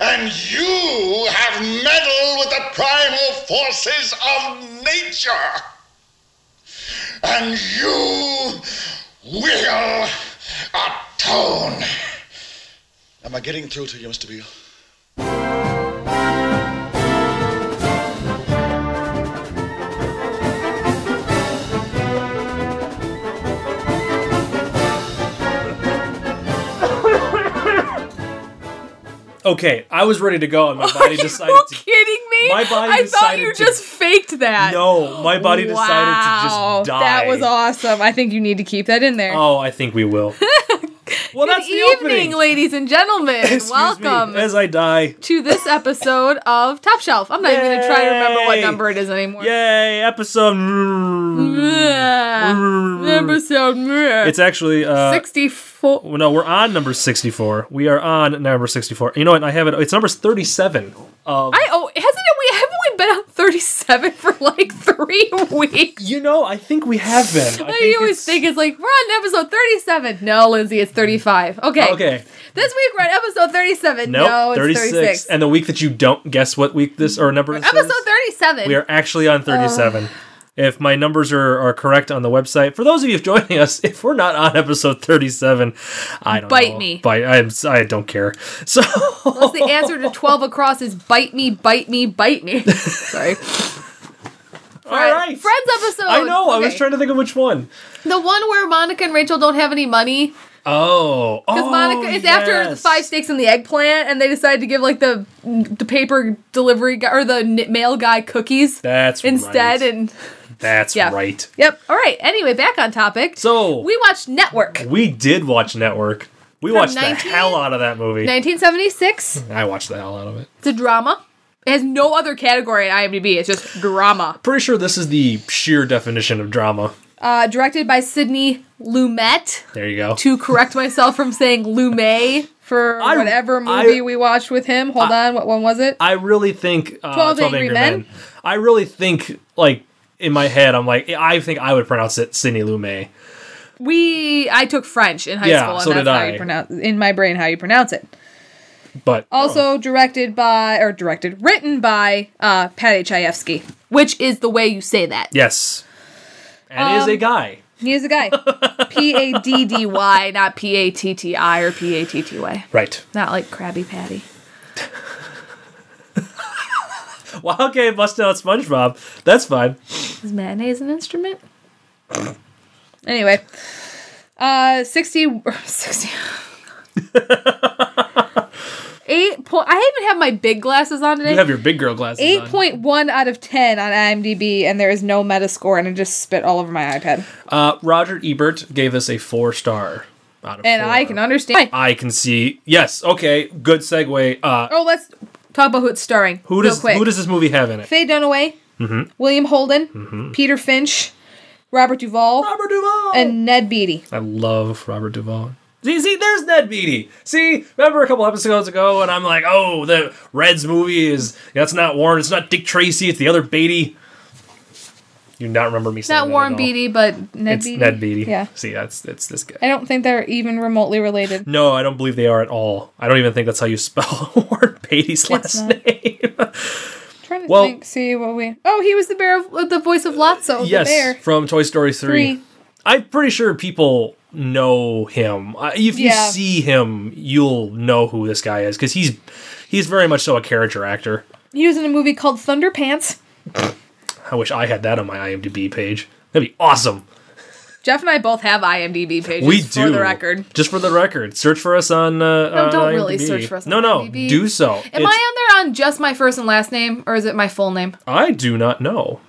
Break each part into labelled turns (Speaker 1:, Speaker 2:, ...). Speaker 1: And you have meddled with the primal forces of nature. And you will atone. Am I getting through to you, Mr. Beale?
Speaker 2: Okay, I was ready to go, and my body decided
Speaker 3: you
Speaker 2: to
Speaker 3: kidding me?
Speaker 2: My body
Speaker 3: I thought
Speaker 2: decided
Speaker 3: you
Speaker 2: to-
Speaker 3: just faked that.
Speaker 2: No, my body
Speaker 3: Wow,
Speaker 2: decided to just die.
Speaker 3: That was awesome. I think you need to keep that in there.
Speaker 2: Oh, I think we will. well,
Speaker 3: Good
Speaker 2: that's the
Speaker 3: evening,
Speaker 2: opening.
Speaker 3: ladies and gentlemen.
Speaker 2: Excuse
Speaker 3: Welcome
Speaker 2: Me, as I die.
Speaker 3: to this episode of Top Shelf. I'm not even gonna try to remember what
Speaker 2: Yay.
Speaker 3: number it is anymore.
Speaker 2: Yay, episode.
Speaker 3: Yeah. Episode
Speaker 2: it's actually uh
Speaker 3: 64.
Speaker 2: well, no, we're on number 64. We are on number 64. You know what? I have it. It's number 37. Of,
Speaker 3: I oh hasn't it we haven't we been on 37 for like three weeks?
Speaker 2: you know, I think we have been. I
Speaker 3: I,
Speaker 2: think
Speaker 3: always
Speaker 2: it's-
Speaker 3: think it's like we're on episode 37. No, Lindsay, it's 35. Okay.
Speaker 2: Okay.
Speaker 3: This week we're on episode 37.
Speaker 2: Nope,
Speaker 3: no, it's
Speaker 2: 36.
Speaker 3: 36.
Speaker 2: And the week that you don't guess what week this or number this
Speaker 3: episode
Speaker 2: is,
Speaker 3: 37.
Speaker 2: We are actually on 37. If my numbers are, are correct on the website, for those of you joining us, if we're not on episode 37, I don't
Speaker 3: Bite
Speaker 2: know.
Speaker 3: me.
Speaker 2: Bite I'm, I don't care. So
Speaker 3: Unless the answer to 12 across is bite me, bite me, bite me. Sorry.
Speaker 2: all right.
Speaker 3: Friends episode.
Speaker 2: I know. I was
Speaker 3: Okay.
Speaker 2: trying to think of which one.
Speaker 3: The one where Monica and Rachel don't have any money.
Speaker 2: Oh.
Speaker 3: Because
Speaker 2: Oh,
Speaker 3: Monica, it's after the
Speaker 2: yes.
Speaker 3: five steaks and the eggplant, and they decide to give like the the paper delivery guy or the n- mail guy cookies
Speaker 2: That's
Speaker 3: instead.
Speaker 2: right.
Speaker 3: And
Speaker 2: That's
Speaker 3: yeah,
Speaker 2: right.
Speaker 3: Yep. All right. Anyway, back on topic.
Speaker 2: So
Speaker 3: we
Speaker 2: we,
Speaker 3: watched Network,
Speaker 2: did watch Network. We watched the
Speaker 3: 19
Speaker 2: hell out of that movie.
Speaker 3: 1976.
Speaker 2: I watched the hell out of it.
Speaker 3: It's a drama. It has no other category in IMDb. It's just drama.
Speaker 2: Pretty sure this is the sheer definition of drama.
Speaker 3: Uh, directed by Sidney Lumet.
Speaker 2: There you go.
Speaker 3: To correct myself from saying Lumet for
Speaker 2: I-
Speaker 3: whatever
Speaker 2: I-
Speaker 3: movie we watched with him. Hold on, what one was it?
Speaker 2: I really think uh,
Speaker 3: 12
Speaker 2: Twelve
Speaker 3: Angry
Speaker 2: Angry,
Speaker 3: Men?
Speaker 2: Men. I really think like in my head, I'm like I think I would pronounce it Sidney Lumet.
Speaker 3: We I took French in high
Speaker 2: Yeah,
Speaker 3: school, and
Speaker 2: so
Speaker 3: that's
Speaker 2: did
Speaker 3: how
Speaker 2: I.
Speaker 3: you pronounce in my brain how you pronounce it.
Speaker 2: But um,
Speaker 3: Also directed by or directed written by uh, Patty Chayefsky, which is the way you say that.
Speaker 2: yes, and it
Speaker 3: Um,
Speaker 2: is a guy.
Speaker 3: He is a guy. P A D D Y, not P A T T I or P A T T Y.
Speaker 2: Right.
Speaker 3: Not like Krabby Patty.
Speaker 2: Well, okay, bust out SpongeBob. That's fine.
Speaker 3: Is mayonnaise an instrument? anyway. Uh 60 60 Eight point. I even have my big glasses on today.
Speaker 2: You have your big girl glasses.
Speaker 3: Eight
Speaker 2: on.
Speaker 3: point one out of ten on IMDb, and there is no Metascore, and I just spit all over my iPad.
Speaker 2: Uh, Roger Ebert gave this a four star out of
Speaker 3: And
Speaker 2: four.
Speaker 3: I can understand.
Speaker 2: I can see. Yes. Okay. Good segue. Uh,
Speaker 3: Oh, let's talk about who it's starring.
Speaker 2: who
Speaker 3: real
Speaker 2: does
Speaker 3: quick.
Speaker 2: who does this movie have in it?
Speaker 3: Faye Dunaway,
Speaker 2: Mm-hmm.
Speaker 3: William Holden, Peter Finch, Robert Duvall,
Speaker 2: Robert Duvall.
Speaker 3: and Ned Beatty.
Speaker 2: I love Robert Duvall. See, see, there's Ned Beatty. See, remember a couple episodes ago, and I'm like, oh, the Reds movie is that's not Warren, it's not Dick Tracy, it's the other Beatty. You not remember me saying
Speaker 3: Not
Speaker 2: that at
Speaker 3: Warren
Speaker 2: all.
Speaker 3: Beatty, but Ned
Speaker 2: It's
Speaker 3: Beatty.
Speaker 2: Ned Beatty.
Speaker 3: Yeah.
Speaker 2: See, that's it's this guy.
Speaker 3: I don't think they're even remotely related.
Speaker 2: No, I don't believe they are at all. I don't even think that's how you spell Warren Beatty's last
Speaker 3: not.
Speaker 2: name.
Speaker 3: trying to
Speaker 2: Well-
Speaker 3: think, see what we. Oh, he was the bear of uh, the voice of Lotso,
Speaker 2: yes,
Speaker 3: the bear.
Speaker 2: from Toy Story 3.
Speaker 3: Three.
Speaker 2: I'm pretty sure people know him. Uh, If you
Speaker 3: Yeah.
Speaker 2: see him, you'll know who this guy is because he's he's very much so a character actor.
Speaker 3: He was in a movie called Thunderpants.
Speaker 2: I wish I had that on my IMDb page. That'd be awesome.
Speaker 3: Jeff and I both have IMDb pages.
Speaker 2: we
Speaker 3: for
Speaker 2: do.
Speaker 3: the record.
Speaker 2: Just for the record, search for us on. Uh,
Speaker 3: No, don't
Speaker 2: on
Speaker 3: really
Speaker 2: IMDb.
Speaker 3: search for us on
Speaker 2: No, no,
Speaker 3: IMDb.
Speaker 2: do so.
Speaker 3: Am
Speaker 2: It's-
Speaker 3: I on there on just my first and last name, or is it my full name?
Speaker 2: I do not know.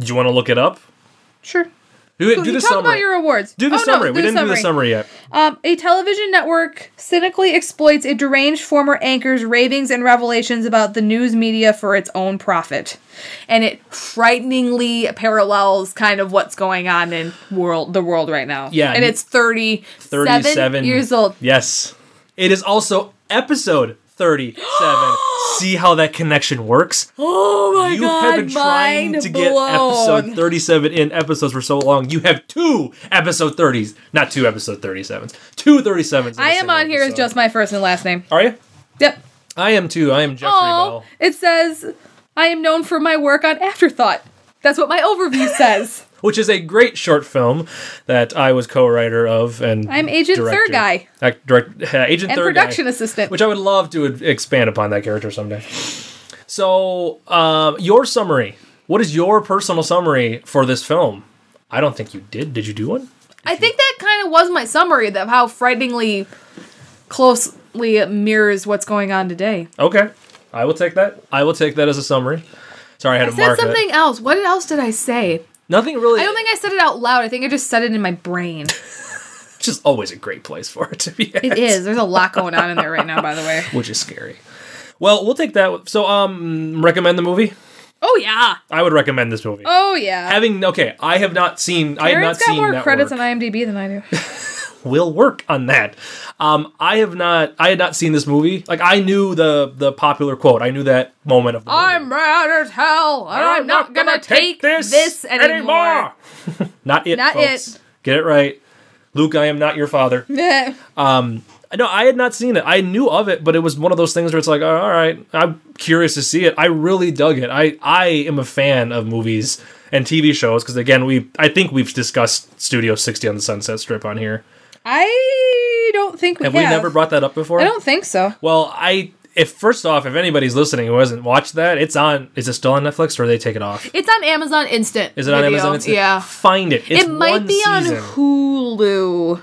Speaker 2: Do you want to look it up?
Speaker 3: Sure.
Speaker 2: Do it.
Speaker 3: So
Speaker 2: do the
Speaker 3: you talk
Speaker 2: summary.
Speaker 3: about your awards.
Speaker 2: do the
Speaker 3: Oh, no,
Speaker 2: summary. we
Speaker 3: do
Speaker 2: didn't do the summary yet.
Speaker 3: Um, a television network cynically exploits a deranged former anchor's ravings and revelations about the news media for its own profit. And it frighteningly parallels kind of what's going on in world the world right now.
Speaker 2: Yeah,
Speaker 3: And
Speaker 2: you-
Speaker 3: it's 30,
Speaker 2: 37
Speaker 3: years old.
Speaker 2: Yes. It is also episode 37. See how that connection works?
Speaker 3: Oh my
Speaker 2: you
Speaker 3: god.
Speaker 2: have been trying
Speaker 3: mind
Speaker 2: to get
Speaker 3: blown.
Speaker 2: episode 37 in episodes for so long. You have two episode 30s, not two episode 37s. Two 37s. in a
Speaker 3: I am
Speaker 2: single
Speaker 3: on here as
Speaker 2: episode.
Speaker 3: just my first and last name.
Speaker 2: Are you?
Speaker 3: Yep.
Speaker 2: I am too. I am Jeffrey
Speaker 3: Oh,
Speaker 2: Bell.
Speaker 3: it says, I am known for my work on Afterthought. That's what my overview says.
Speaker 2: which is a great short film that I was co-writer of, and
Speaker 3: I'm Agent
Speaker 2: director.
Speaker 3: Thurgai.
Speaker 2: Act, direct, uh, Agent
Speaker 3: And
Speaker 2: Thurgai,
Speaker 3: production assistant.
Speaker 2: which I would love to expand upon that character someday. So, um, your summary. What is your personal summary for this film? I don't think you did. Did you do one?
Speaker 3: I think that kind of was my summary of how frighteningly closely it mirrors what's going on today.
Speaker 2: Okay, I will take that. I will take that as a summary. Sorry, I had
Speaker 3: I
Speaker 2: to
Speaker 3: said
Speaker 2: mark it.
Speaker 3: something else. What else did I say?
Speaker 2: Nothing really.
Speaker 3: I don't think I said it out loud. I think I just said it in my brain.
Speaker 2: Which is always a great place for it to be.
Speaker 3: It is. There's a lot going on in there right now, by the way.
Speaker 2: which is scary. Well, we'll take that. So, um, recommend the movie.
Speaker 3: Oh, yeah.
Speaker 2: I would recommend this movie.
Speaker 3: Oh, yeah.
Speaker 2: having okay, I have not seen. I have
Speaker 3: Aaron's
Speaker 2: not
Speaker 3: got
Speaker 2: seen
Speaker 3: more
Speaker 2: that
Speaker 3: credits
Speaker 2: work.
Speaker 3: on IMDb than I do.
Speaker 2: Will work on that. Um, I have not. I had not seen this movie. Like I knew the the popular quote. I knew that moment of. The movie.
Speaker 3: I'm mad as hell, and I'm, not, gonna, take this, anymore.
Speaker 2: not it.
Speaker 3: Not
Speaker 2: folks.
Speaker 3: it.
Speaker 2: Get it right, Luke. I am not your father.
Speaker 3: Meh.
Speaker 2: No, I had not seen it. I knew of it, but it was one of those things where it's like, oh, all right, I'm curious to see it. I really dug it. I I am a fan of movies and TV shows because again, we I think we've discussed Studio 60 on the Sunset Strip on here.
Speaker 3: I don't think we
Speaker 2: Have
Speaker 3: have.
Speaker 2: we never brought that up before?
Speaker 3: I don't think so.
Speaker 2: well, I if first off, if anybody's listening who hasn't watched that, it's on. Is it still on Netflix or they take it off?
Speaker 3: It's on Amazon Instant.
Speaker 2: Is it on
Speaker 3: Video.
Speaker 2: Amazon? It's-
Speaker 3: Yeah.
Speaker 2: Find it. It's
Speaker 3: it might
Speaker 2: one
Speaker 3: be
Speaker 2: season.
Speaker 3: on Hulu.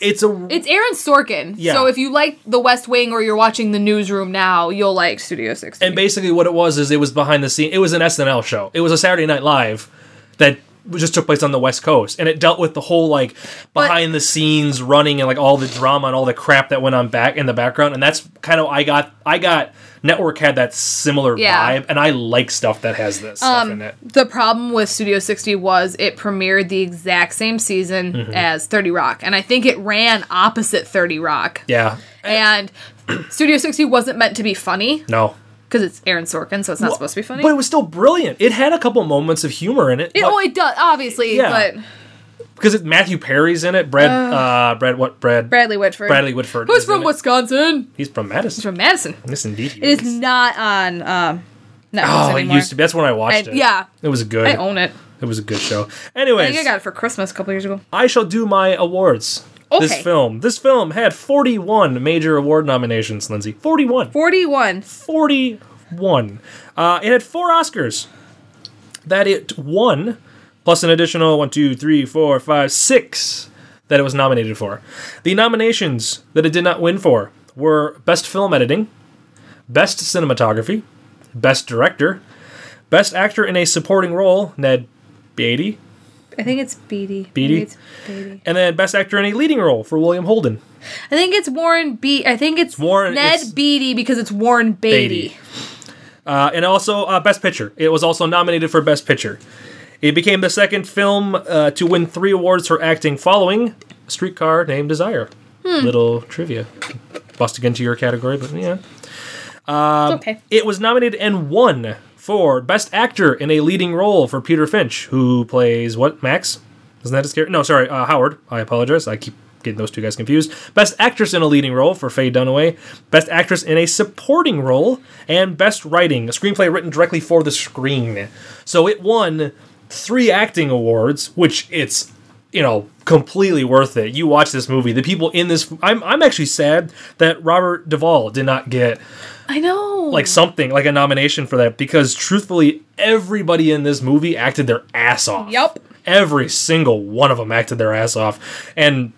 Speaker 2: It's a.
Speaker 3: It's Aaron Sorkin.
Speaker 2: Yeah.
Speaker 3: So if you like The West Wing or you're watching The Newsroom now, you'll like Studio 60.
Speaker 2: and basically what it was is it was behind the scene it was an snl show it was a saturday night live that just took place on the west coast and it dealt with the whole like behind the scenes running and like all the drama and all the crap that went on back in the background and that's kind of i got i got network had that similar
Speaker 3: Yeah. Um,
Speaker 2: vibe and i like stuff that has this stuff in it
Speaker 3: the problem with Studio 60 was it premiered the exact same season
Speaker 2: Mm-hmm.
Speaker 3: as 30 Rock. And I think it ran opposite 30 Rock.
Speaker 2: yeah
Speaker 3: And Studio 60 wasn't meant to be funny
Speaker 2: no
Speaker 3: because it's Aaron Sorkin, so it's not supposed to be funny.
Speaker 2: but it was still brilliant it had a couple moments of humor in it,
Speaker 3: it,
Speaker 2: but-
Speaker 3: oh, it does, obviously,
Speaker 2: Yeah.
Speaker 3: but
Speaker 2: because it, matthew perry's in it brad uh, brad what brad
Speaker 3: Bradley Whitford.
Speaker 2: bradley whitford
Speaker 3: Who's
Speaker 2: is
Speaker 3: from
Speaker 2: in it.
Speaker 3: Wisconsin?
Speaker 2: he's from
Speaker 3: He's
Speaker 2: madison
Speaker 3: from Madison.
Speaker 2: yes indeed he
Speaker 3: It
Speaker 2: is.
Speaker 3: is not on um, Netflix
Speaker 2: Oh,
Speaker 3: anymore.
Speaker 2: it used to be. That's when I watched
Speaker 3: I-
Speaker 2: it.
Speaker 3: yeah.
Speaker 2: It was good.
Speaker 3: I own it.
Speaker 2: it was a good show.
Speaker 3: I think I
Speaker 2: Anyways,
Speaker 3: got
Speaker 2: I,
Speaker 3: it for Christmas a couple years ago.
Speaker 2: shall do my awards. This
Speaker 3: Okay.
Speaker 2: film. This film had 41 major award nominations, Lindsay. 41.
Speaker 3: 41.
Speaker 2: 41. Uh, it had four Oscars that it won, plus an additional one, two, three, four, five, six that it was nominated for. The nominations that it did not win for were Best Film Editing, Best Cinematography, Best Director, Best Actor in a Supporting Role, Ned Beatty,
Speaker 3: I think it's Beatty.
Speaker 2: Beatty?
Speaker 3: Maybe It's Beatty.
Speaker 2: and then Best Actor in a Leading Role for William Holden.
Speaker 3: I think it's Warren B. I think it's
Speaker 2: Warren-
Speaker 3: Ned
Speaker 2: it's-
Speaker 3: Beatty because it's Warren Beatty.
Speaker 2: Beatty. Uh, and also uh, Best Picture. It was also nominated for Best Picture. It became the second film uh, to win three awards for acting following Streetcar Named Desire. Little trivia. Busting into your category, but yeah. Um,
Speaker 3: it's okay.
Speaker 2: It was nominated and won for Best Actor in a Leading Role for Peter Finch, who plays what, Max? Isn't that his character? No, sorry, uh, Howard. I apologize. I keep getting those two guys confused. Best Actress in a Leading Role for Faye Dunaway. Best Actress in a Supporting Role. And Best Writing, a screenplay written directly for the screen. So it won three acting awards, which it's you know completely worth it. You watch this movie. The people in this, I'm I'm actually sad that Robert Duvall did not get
Speaker 3: I know.
Speaker 2: like something like a nomination for that because truthfully everybody in this movie acted their ass off
Speaker 3: Yup.
Speaker 2: every single one of them acted their ass off and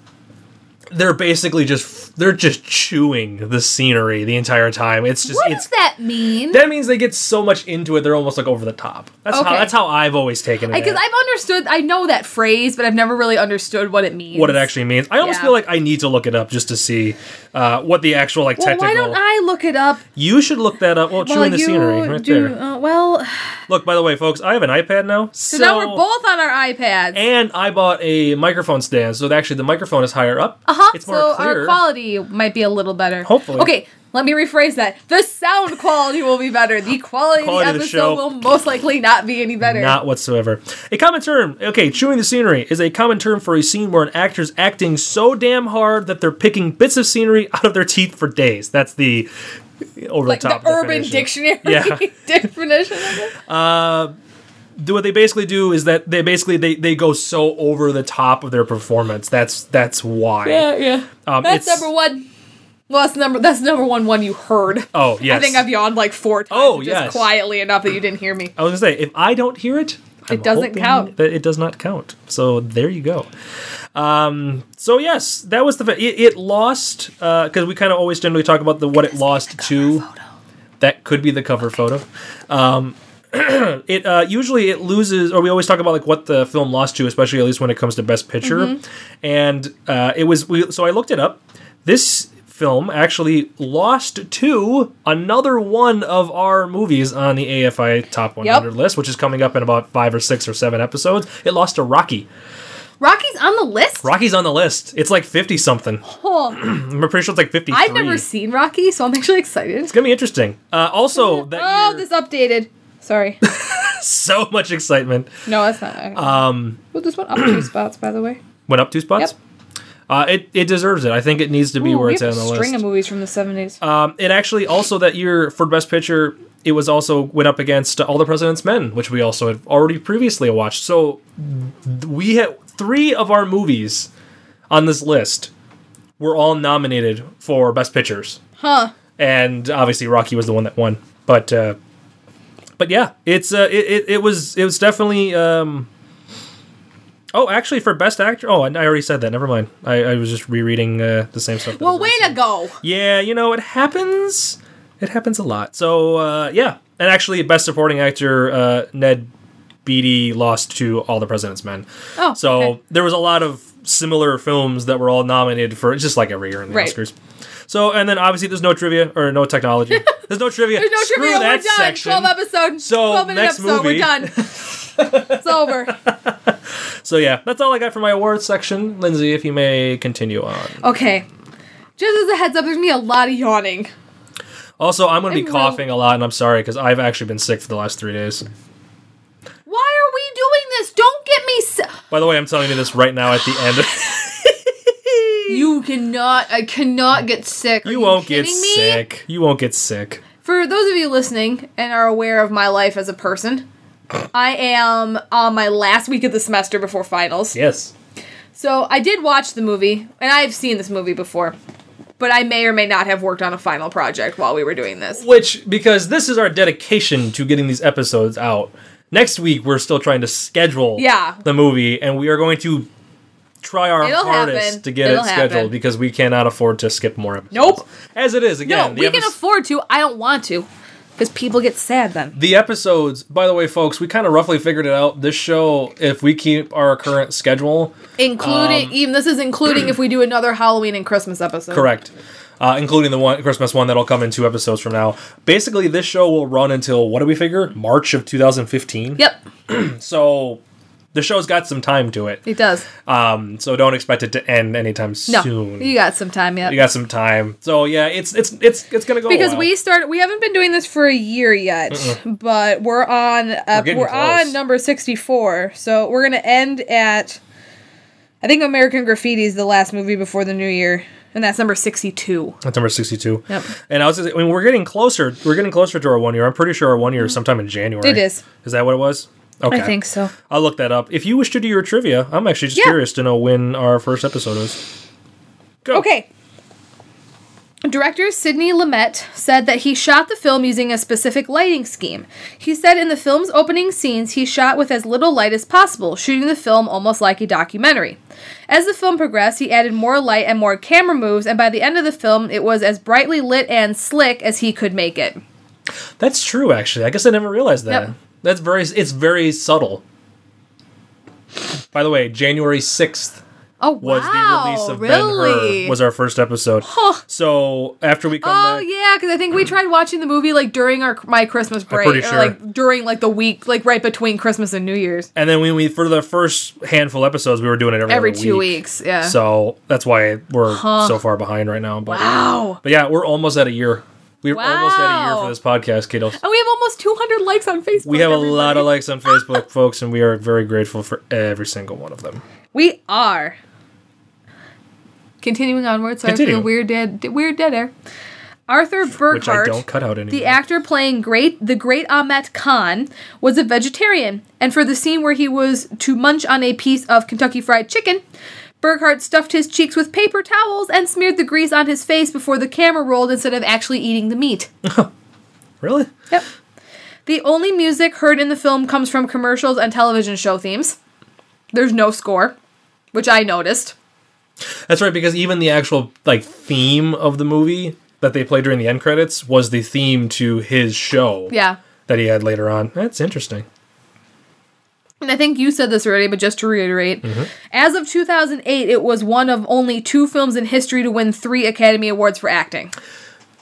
Speaker 2: they're basically just they're just chewing the scenery the entire time it's just
Speaker 3: what
Speaker 2: it's
Speaker 3: does that mean?
Speaker 2: that means they get so much into it they're almost like over the top that's how
Speaker 3: Okay.
Speaker 2: that's how i've always taken it
Speaker 3: Because
Speaker 2: in,
Speaker 3: I've understood, I know that phrase, but I've never really understood what it means.
Speaker 2: what it actually means i almost
Speaker 3: Yeah.
Speaker 2: feel like i need to look it up just to see uh, what the actual like
Speaker 3: Well,
Speaker 2: technical
Speaker 3: why don't I look it up
Speaker 2: you should look that up well
Speaker 3: while
Speaker 2: chewing the
Speaker 3: you
Speaker 2: scenery right
Speaker 3: do?
Speaker 2: there
Speaker 3: Uh, well,
Speaker 2: look by the way folks i have an ipad now so,
Speaker 3: so, now we're both on our iPads.
Speaker 2: And I bought a microphone stand, so that actually the microphone is higher up.
Speaker 3: Uh huh.
Speaker 2: It's more
Speaker 3: So
Speaker 2: clear.
Speaker 3: our quality might be a little better.
Speaker 2: Hopefully.
Speaker 3: Okay, let me rephrase that. The sound quality will be better. The quality,
Speaker 2: Quality
Speaker 3: of
Speaker 2: of
Speaker 3: the
Speaker 2: the show.
Speaker 3: episode will most likely not be any better.
Speaker 2: Not whatsoever. A common term, okay, chewing the scenery is a common term for a scene where an actor's acting so damn hard that they're picking bits of scenery out of their teeth for days. That's the over
Speaker 3: like
Speaker 2: the top
Speaker 3: the Urban
Speaker 2: definition.
Speaker 3: Dictionary
Speaker 2: Yeah.
Speaker 3: definition of it.
Speaker 2: do what they basically do is that they basically they, they go so over the top of their performance. That's that's why.
Speaker 3: Yeah, yeah.
Speaker 2: Um, it's-
Speaker 3: that's number one. Well, that's number that's number one one you heard.
Speaker 2: Oh yes.
Speaker 3: I think I've yawned like four times.
Speaker 2: Oh,
Speaker 3: just
Speaker 2: yes.
Speaker 3: quietly enough that you didn't hear me.
Speaker 2: I was gonna say if I don't hear it, I'm
Speaker 3: doesn't
Speaker 2: hoping
Speaker 3: count.
Speaker 2: That it does not count. So there you go. Um, so yes, that was the fa- it, it lost because we kind of always generally talk about the what it lost to. That could be the cover photo. Um, it uh, usually it loses, or we always talk about like what the film lost to, especially at least when it comes to Best Picture.
Speaker 3: Mm-hmm.
Speaker 2: And uh, it was we, so I looked it up. This film actually lost to another one of our movies on the AFI Top 100 list, which is coming up in about five or six or seven episodes. It lost to Rocky.
Speaker 3: Rocky's on the list.
Speaker 2: Rocky's on the list. It's like fifty something.
Speaker 3: Oh,
Speaker 2: I'm pretty sure it's like fifty.
Speaker 3: I've never seen Rocky, so I'm actually excited.
Speaker 2: It's gonna be interesting. Uh, also, that
Speaker 3: Oh,
Speaker 2: year-
Speaker 3: this updated. Sorry.
Speaker 2: so much excitement
Speaker 3: No, that's not. Um, well, this went up two spots, by the way.
Speaker 2: went up two spots.
Speaker 3: Yep.
Speaker 2: Uh, it it deserves it. I think it needs to be
Speaker 3: Ooh,
Speaker 2: where
Speaker 3: we
Speaker 2: it's at
Speaker 3: have
Speaker 2: on the
Speaker 3: a string
Speaker 2: list.
Speaker 3: of movies from the seventies.
Speaker 2: Um, it actually also that year for best picture, it was also went up against All the President's Men, which we also had already previously watched. So th- we had three of our movies on this list were all nominated for best pictures,
Speaker 3: huh.
Speaker 2: and obviously Rocky was the one that won. But uh, but yeah, it's uh, it, it it was it was definitely. Um, Oh, actually, for best actor. Oh, I I already said that. Never mind. I, I was just rereading uh, the same stuff. that
Speaker 3: Well,
Speaker 2: I've already
Speaker 3: way
Speaker 2: said.
Speaker 3: to go.
Speaker 2: Yeah, you know, it happens. It happens a lot. So, uh, yeah. And actually, Best Supporting Actor, uh, Ned Beatty lost to All the President's Men.
Speaker 3: Oh,
Speaker 2: So,
Speaker 3: okay.
Speaker 2: there was a lot of similar films that were all nominated for, just like every year in the
Speaker 3: Right.
Speaker 2: Oscars. So, and then obviously, there's no trivia or no technology. There's no trivia.
Speaker 3: There's no
Speaker 2: Screw
Speaker 3: trivia. We're
Speaker 2: that
Speaker 3: done.
Speaker 2: section.
Speaker 3: Twelve episodes.
Speaker 2: So,
Speaker 3: Twelve minute
Speaker 2: next
Speaker 3: episode.
Speaker 2: movie.
Speaker 3: We're done. it's over.
Speaker 2: So, yeah, that's all I got for my awards section. Lindsay, if you may continue on.
Speaker 3: Okay. Just as a heads up, there's gonna be a lot of yawning.
Speaker 2: Also, I'm going to
Speaker 3: I
Speaker 2: be
Speaker 3: will-
Speaker 2: coughing a lot, and I'm sorry because I've actually been sick for the last three days.
Speaker 3: Why are we doing this? Don't get me. S-
Speaker 2: By the way, I'm telling you this right now at the end.
Speaker 3: you cannot. I cannot get sick. Are
Speaker 2: You won't get
Speaker 3: kidding me?
Speaker 2: sick. You won't get sick.
Speaker 3: For those of you listening and are aware of my life as a person, I am on my last week of the semester before finals.
Speaker 2: Yes.
Speaker 3: So I did watch the movie, and I've seen this movie before, but I may or may not have worked on a final project while we were doing this.
Speaker 2: Which, because this is our dedication to getting these episodes out, next week we're still trying to schedule
Speaker 3: Yeah.
Speaker 2: the movie, and we are going to try our
Speaker 3: It'll
Speaker 2: hardest
Speaker 3: happen.
Speaker 2: to get
Speaker 3: It'll
Speaker 2: it scheduled
Speaker 3: happen.
Speaker 2: because we cannot afford to skip more episodes.
Speaker 3: Nope.
Speaker 2: As it is,
Speaker 3: No,
Speaker 2: again, the,
Speaker 3: we can
Speaker 2: epi-
Speaker 3: afford to. I don't want to, because people get sad then.
Speaker 2: the episodes, by the way, folks, we kind of roughly figured it out. This show, if we keep our current schedule,
Speaker 3: Including even this is including if we do another Halloween and Christmas episode.
Speaker 2: Um, Correct. Uh, including the one Christmas one that'll come in two episodes from now. Basically, this show will run until what do we figure? March of 2015.
Speaker 3: Yep,
Speaker 2: So the show's got some time to it.
Speaker 3: it does.
Speaker 2: Um, so don't expect it to end anytime
Speaker 3: No,
Speaker 2: soon.
Speaker 3: you got some time yet.
Speaker 2: You got some time. So yeah, it's it's it's it's gonna go a
Speaker 3: because
Speaker 2: while.
Speaker 3: we started we haven't been doing this for a year yet but we're on uh,
Speaker 2: We're
Speaker 3: we're,
Speaker 2: getting close.
Speaker 3: on number 64 so we're gonna end at i think american graffiti is the last movie before the new year and that's number 62
Speaker 2: That's number sixty-two.
Speaker 3: Yep.
Speaker 2: And I was, gonna say, I mean, we're getting closer. We're getting closer to our one year. I'm pretty sure our one year is sometime in January.
Speaker 3: Mm-hmm. It is.
Speaker 2: Is that what it was? Okay.
Speaker 3: i think so
Speaker 2: I'll look that up. If you wish to do your trivia, I'm actually just
Speaker 3: Yeah.
Speaker 2: curious to know when our first episode is. Go.
Speaker 3: okay Director Sidney Lumet said that he shot the film using a specific lighting scheme. He said in the film's opening scenes, he shot with as little light as possible, shooting the film almost like a documentary. As the film progressed, he added more light and more camera moves, and by the end of the film, it was as brightly lit and slick as he could make it.
Speaker 2: That's true, actually. I guess I never realized that.
Speaker 3: Yep.
Speaker 2: That's very. It's very subtle. By the way, January sixth
Speaker 3: Oh,
Speaker 2: was
Speaker 3: wow.
Speaker 2: the release of Ben
Speaker 3: really?
Speaker 2: Hur. Was our first episode.
Speaker 3: Huh.
Speaker 2: So after we come
Speaker 3: Oh
Speaker 2: back,
Speaker 3: yeah, because I think we tried watching the movie like during our my Christmas break,
Speaker 2: pretty
Speaker 3: or
Speaker 2: sure.
Speaker 3: like during like the week, like right between Christmas and New Year's,
Speaker 2: and then when we for the first handful episodes, we were doing it every,
Speaker 3: every
Speaker 2: other
Speaker 3: two
Speaker 2: week.
Speaker 3: weeks. Yeah.
Speaker 2: So that's why we're so far behind right now. But
Speaker 3: wow.
Speaker 2: but yeah, we're almost at a year. We're almost at a year
Speaker 3: Wow.
Speaker 2: for this podcast, kiddos.
Speaker 3: And we have almost 200 likes on Facebook.
Speaker 2: We have a
Speaker 3: everybody.
Speaker 2: lot of likes on Facebook, folks, and we are very grateful for every single one of them.
Speaker 3: We are. Continuing onward, sorry for the
Speaker 2: Continue.
Speaker 3: weird dead, weird dead air. Arthur Burkhart,
Speaker 2: which I don't cut out anymore.
Speaker 3: the actor playing great the great Ahmet Khan, was a vegetarian, and for the scene where he was to munch on a piece of Kentucky Fried Chicken, Burkhart stuffed his cheeks with paper towels and smeared the grease on his face before the camera rolled instead of actually eating the meat.
Speaker 2: really?
Speaker 3: Yep. The only music heard in the film comes from commercials and television show themes. There's no score, which I noticed.
Speaker 2: That's right, because even the actual like theme of the movie that they played during the end credits was the theme to his show
Speaker 3: Yeah.
Speaker 2: that he had later on. That's interesting.
Speaker 3: And I think you said this already, but just to reiterate, as of 2008, it was one of only two films in history to win three Academy Awards for acting.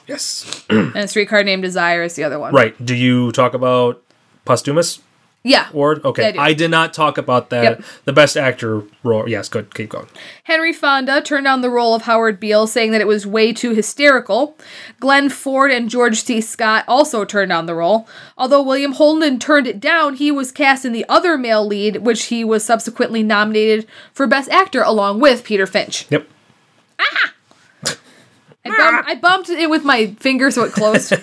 Speaker 2: Yes.
Speaker 3: And Streetcar Named Desire is the other one.
Speaker 2: Right. Do you talk about posthumous
Speaker 3: Yeah.
Speaker 2: award? Okay.
Speaker 3: I do.
Speaker 2: I, did not talk about that.
Speaker 3: Yep.
Speaker 2: The best actor role. Yes, good. Keep going.
Speaker 3: Henry Fonda turned down the role of Howard Beale, saying that it was way too hysterical. Glenn Ford and George T. Scott also turned down the role. Although William Holden turned it down, he was cast in the other male lead, which he was subsequently nominated for Best Actor along with Peter Finch.
Speaker 2: Yep.
Speaker 3: I, bum- I bumped it with my finger so it closed.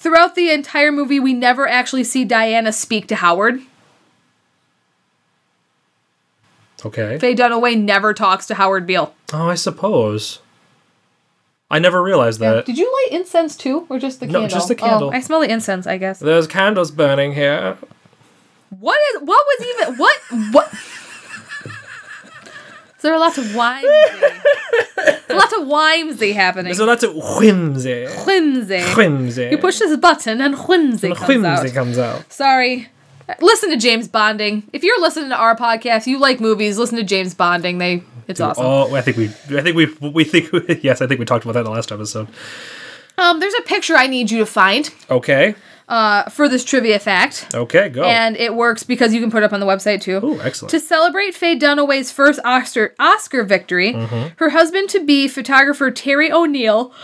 Speaker 3: Throughout the entire movie, we never actually see Diana speak to Howard.
Speaker 2: Okay.
Speaker 3: Faye Dunaway never talks to Howard Beale.
Speaker 2: Oh, I suppose. I never realized that.
Speaker 3: Did you light incense too, or just the
Speaker 2: No,
Speaker 3: candle?
Speaker 2: just the
Speaker 3: Oh,
Speaker 2: candle.
Speaker 3: I smell the incense, I guess.
Speaker 2: There's candles burning here.
Speaker 3: What is? What was even? What? What? Is there a lot of whimsy? a lot of whimsy happening.
Speaker 2: So that's a whimsy.
Speaker 3: Whimsy.
Speaker 2: Whimsy.
Speaker 3: You push this button and whimsy comes out.
Speaker 2: Whimsy comes out.
Speaker 3: Sorry. Listen to James Bonding. If you're listening to our podcast, you like movies, listen to James Bonding. They it's awesome.
Speaker 2: Oh, I think we, I think we, we think, yes, I think we talked about that in the last episode.
Speaker 3: Um, there's a picture I need you to find
Speaker 2: Okay,
Speaker 3: uh, for this trivia fact,
Speaker 2: okay, go.
Speaker 3: and it works because you can put it up on the website too.
Speaker 2: oh, excellent.
Speaker 3: To celebrate Faye Dunaway's first Oscar Oscar victory, her husband to be photographer Terry O'Neill.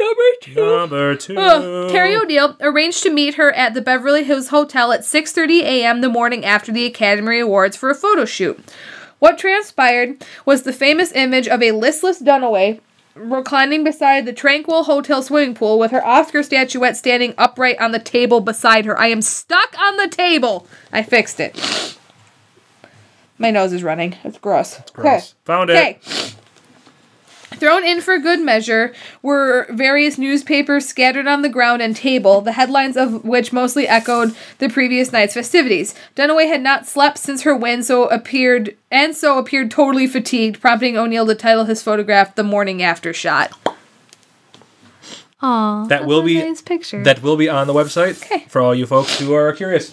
Speaker 3: Number two.
Speaker 2: Number two.
Speaker 3: Ugh. Terry O'Neill arranged to meet her at the Beverly Hills Hotel at 6:30 a.m. the morning after the Academy Awards for a photo shoot. What transpired was the famous image of a listless Dunaway reclining beside the tranquil hotel swimming pool with her Oscar statuette standing upright on the table beside her. I am stuck on the table. I fixed it. My nose is running. It's gross. It's
Speaker 2: Gross. Found it.
Speaker 3: Okay. Thrown in for good measure were various newspapers scattered on the ground and table, the headlines of which mostly echoed the previous night's festivities. Dunaway had not slept since her win, so appeared and so appeared totally fatigued, prompting O'Neill to title his photograph "The Morning After Shot." Aww,
Speaker 2: That will be
Speaker 3: picture.
Speaker 2: that will be on the website
Speaker 3: Okay.
Speaker 2: for all you folks who are curious.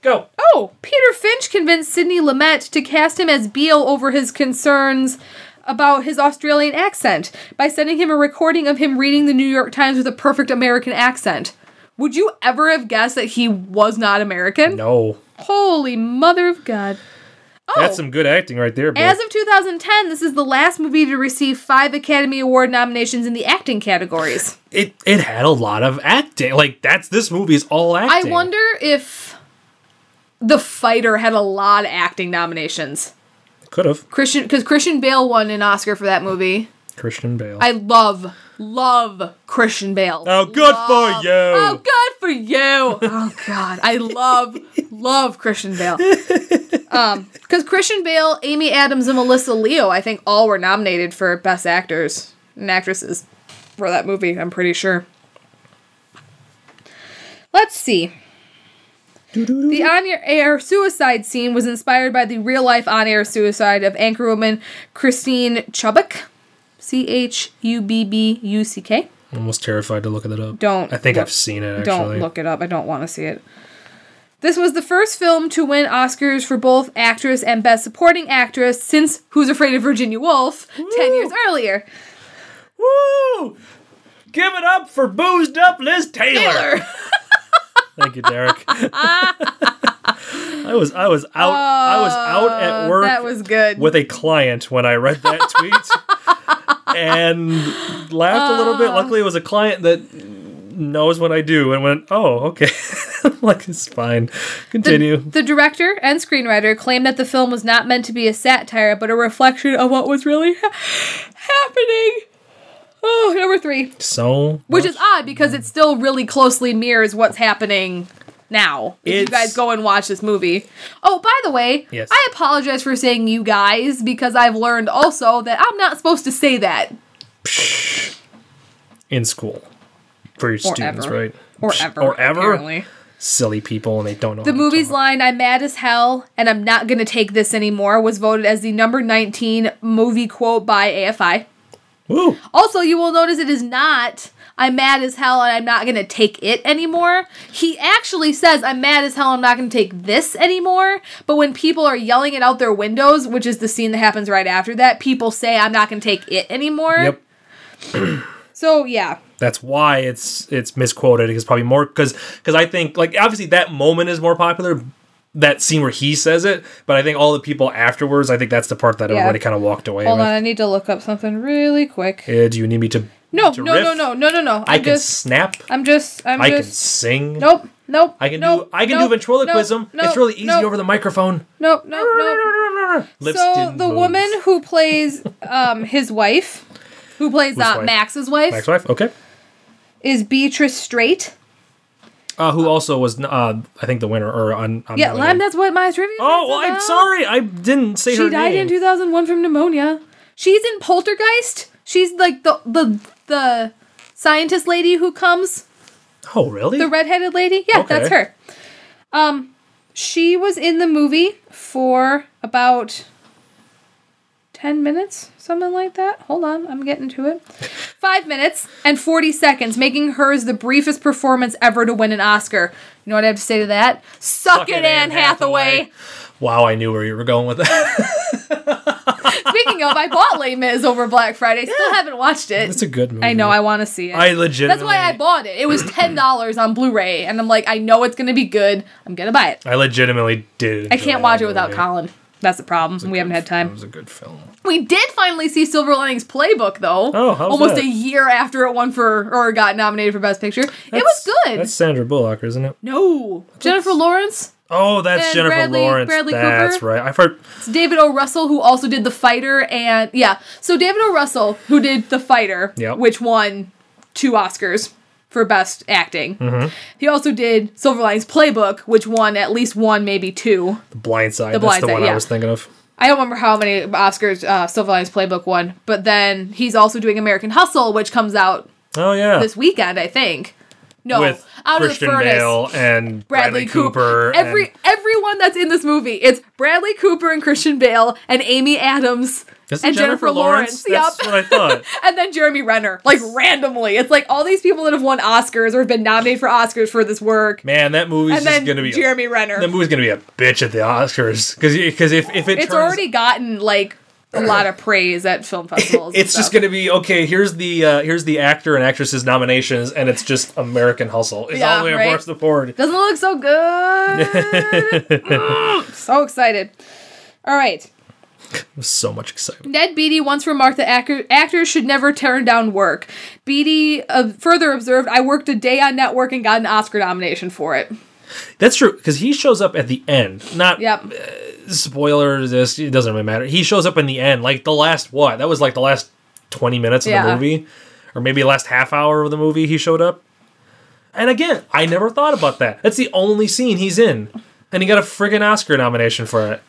Speaker 2: Go.
Speaker 3: Oh, Peter Finch convinced Sidney Lumet to cast him as Beale over his concerns about his Australian accent by sending him a recording of him reading the New York Times with a perfect American accent. Would you ever have guessed that he was not American?
Speaker 2: No,
Speaker 3: Holy mother of God. Oh,
Speaker 2: that's some good acting right there. Bro.
Speaker 3: as of 2010, this is the last movie to receive five Academy Award nominations in the acting categories.
Speaker 2: it it had a lot of acting. Like that's this movie is all
Speaker 3: I
Speaker 2: acting.
Speaker 3: wonder if The Fighter had a lot of acting nominations.
Speaker 2: Could have
Speaker 3: Christian because Christian Bale won an Oscar for that movie.
Speaker 2: Christian Bale.
Speaker 3: I love love Christian Bale.
Speaker 2: oh, good for you.
Speaker 3: Oh, good for you. Oh God, I love love Christian Bale. Um, because Christian Bale, Amy Adams, and Melissa Leo, I think all were nominated for best actors and actresses for that movie. I'm pretty sure. Let's see. The on-air suicide scene was inspired by the real-life on-air suicide of anchorwoman Christine Chubbuck, C H U B B U C K.
Speaker 2: I'm almost terrified to look that up.
Speaker 3: Don't
Speaker 2: I think
Speaker 3: look-
Speaker 2: I've seen it.
Speaker 3: Don't
Speaker 2: Actually,
Speaker 3: look it up. I don't want to see it. This was the first film to win Oscars for both actress and best supporting actress since Who's Afraid of Virginia Woolf 10 years earlier.
Speaker 2: Woo! Give it up for boozed up Liz Taylor. Thank you, Derek. I was I was out I was out at work
Speaker 3: Oh, Uh, that was good.
Speaker 2: with a client when I read that tweet and laughed a little bit.
Speaker 3: Ah.
Speaker 2: Luckily, it was a client that knows what I do and went, "Oh, okay." like it's fine. Continue.
Speaker 3: the director and screenwriter claimed that the film was not meant to be a satire but a reflection of what was really ha- happening Oh, number three.
Speaker 2: So
Speaker 3: Which is odd because it still really closely mirrors what's happening now. If you
Speaker 2: It's-
Speaker 3: guys go and watch this movie. Oh, by the way,
Speaker 2: Yes.
Speaker 3: I apologize for saying you guys because I've learned also that I'm not supposed to say that
Speaker 2: in school for your students,
Speaker 3: ever.
Speaker 2: right?
Speaker 3: or
Speaker 2: Psh,
Speaker 3: ever.
Speaker 2: or ever.
Speaker 3: apparently.
Speaker 2: Silly people, and they don't know
Speaker 3: The movie's line, I'm mad as hell and I'm not going to take this anymore, was voted as the number 19 movie quote by AFI.
Speaker 2: Woo!
Speaker 3: Also, you will notice it is not. I'm mad as hell and I'm not gonna take it anymore. He actually says, I'm mad as hell, I'm not gonna take this anymore. But when people are yelling it out their windows, which is the scene that happens right after that, people say, I'm not gonna take it anymore.
Speaker 2: Yep.
Speaker 3: So, yeah.
Speaker 2: That's why it's it's misquoted. It's probably more because because I think like obviously that moment is more popular. That scene where he says it, but I think all the people afterwards. I think that's the part that
Speaker 3: Yeah.
Speaker 2: everybody kind of walked away
Speaker 3: Hold
Speaker 2: with.
Speaker 3: on, I need to look up something really quick.
Speaker 2: Eh, do you need me to?
Speaker 3: No,
Speaker 2: to
Speaker 3: no,
Speaker 2: riff?
Speaker 3: no, no, no, no, no.
Speaker 2: I
Speaker 3: I'm
Speaker 2: can
Speaker 3: just,
Speaker 2: snap.
Speaker 3: I'm just, I'm
Speaker 2: I can
Speaker 3: just.
Speaker 2: sing.
Speaker 3: Nope, nope.
Speaker 2: I can do.
Speaker 3: nope,
Speaker 2: I can
Speaker 3: nope,
Speaker 2: do ventriloquism.
Speaker 3: nope, nope,
Speaker 2: it's really easy
Speaker 3: nope,
Speaker 2: over the microphone.
Speaker 3: Nope, nope, nope.
Speaker 2: Lips
Speaker 3: so
Speaker 2: didn't
Speaker 3: the
Speaker 2: move.
Speaker 3: woman who plays um, his wife, who plays uh,
Speaker 2: wife?
Speaker 3: Max's wife,
Speaker 2: Max wife. Okay.
Speaker 3: is Beatrice Straight.
Speaker 2: Uh, who also was uh, I think the winner or on. on
Speaker 3: Yeah,
Speaker 2: the
Speaker 3: Lem,
Speaker 2: winner.
Speaker 3: that's what my trivia.
Speaker 2: Oh,
Speaker 3: is
Speaker 2: well, I'm
Speaker 3: about.
Speaker 2: sorry. I didn't say
Speaker 3: She
Speaker 2: her
Speaker 3: died
Speaker 2: name.
Speaker 3: in 2001 from pneumonia. She's in Poltergeist. She's like the the the scientist lady who comes,
Speaker 2: oh, really?
Speaker 3: the redheaded lady. Yeah, that's
Speaker 2: Okay.
Speaker 3: her. Um, she was in the movie for about. 10 minutes, something like that. Hold on, I'm getting to it. Five minutes and 40 seconds, making hers the briefest performance ever to win an Oscar. You know what I have to say to that? Suck, it, Anne Hathaway.
Speaker 2: Wow, I knew where you were going with that.
Speaker 3: Speaking of, I bought Les Mis over Black Friday. Still haven't watched it.
Speaker 2: It's a good movie.
Speaker 3: I know. I want to see it.
Speaker 2: I legitimately.
Speaker 3: That's why I bought it. It was ten dollars on Blu-ray, and I'm like, I know it's gonna be good. I'm gonna buy it.
Speaker 2: I legitimately did.
Speaker 3: I
Speaker 2: enjoy
Speaker 3: can't
Speaker 2: that
Speaker 3: watch it without
Speaker 2: movie.
Speaker 3: Colin. That's the problem. We haven't had
Speaker 2: It
Speaker 3: time.
Speaker 2: was a good film.
Speaker 3: We did finally see Silver Linings Playbook, though.
Speaker 2: Oh, how's
Speaker 3: almost
Speaker 2: that?
Speaker 3: a year after it won for or got nominated for Best Picture. it was
Speaker 2: That's-
Speaker 3: good.
Speaker 2: That's Sandra Bullock, isn't it?
Speaker 3: no, Jennifer Lawrence.
Speaker 2: Oh, that's
Speaker 3: And
Speaker 2: Jennifer
Speaker 3: Bradley-
Speaker 2: Lawrence.
Speaker 3: Bradley
Speaker 2: that's
Speaker 3: Cooper.
Speaker 2: right. I've heard.
Speaker 3: It's David O. Russell, who also did The Fighter, and yeah. So David O. Russell, who did The Fighter,
Speaker 2: Yep.
Speaker 3: which won two Oscars for Best Acting.
Speaker 2: Mm-hmm.
Speaker 3: He also did Silver Linings Playbook, which won at least one, maybe two.
Speaker 2: The Blind Side.
Speaker 3: The
Speaker 2: that's
Speaker 3: Blind
Speaker 2: the
Speaker 3: Side,
Speaker 2: one
Speaker 3: yeah.
Speaker 2: I was thinking of.
Speaker 3: I don't remember how many Oscars uh, Silver Linings Playbook won, but then he's also doing American Hustle, which comes out
Speaker 2: Oh yeah.
Speaker 3: this weekend, I think. No,
Speaker 2: with
Speaker 3: out
Speaker 2: Christian
Speaker 3: of the furnace.
Speaker 2: Bale and
Speaker 3: Bradley, Cooper.
Speaker 2: and-
Speaker 3: Every everyone that's in this movie, it's Bradley Cooper and Christian Bale and Amy Adams
Speaker 2: Is it
Speaker 3: and Jennifer, Lawrence.
Speaker 2: That's
Speaker 3: Yep.
Speaker 2: what I thought.
Speaker 3: and then Jeremy Renner, like randomly. It's like all these people that have won Oscars or have been nominated for Oscars for this work,
Speaker 2: Man, that movie's
Speaker 3: and
Speaker 2: just
Speaker 3: then
Speaker 2: gonna be
Speaker 3: Jeremy Renner.
Speaker 2: a, that movie's gonna be a bitch at the Oscars because because if if it
Speaker 3: it's
Speaker 2: turns,
Speaker 3: already gotten like a lot of praise at film festivals. and
Speaker 2: it's just
Speaker 3: stuff.
Speaker 2: gonna be okay. Here's the uh, here's the actor and actresses nominations, and it's just American Hustle. It's all
Speaker 3: Yeah,
Speaker 2: the way
Speaker 3: right.
Speaker 2: across the board.
Speaker 3: doesn't look so good. Mm, so excited. All right.
Speaker 2: I'm so much excitement.
Speaker 3: Ned Beatty once remarked that actor- actors should never turn down work. Beatty uh, further observed, I worked a day on network and got an Oscar nomination for it.
Speaker 2: That's true because he shows up at the end. Not
Speaker 3: Yep.
Speaker 2: spoilers. This it doesn't really matter. He shows up in the end, like the last what? That was like the last twenty minutes of the
Speaker 3: Yeah.
Speaker 2: movie, or maybe the last half hour of the movie. He showed up, and again, I never thought about that. That's the only scene he's in, and he got a friggin' Oscar nomination for it.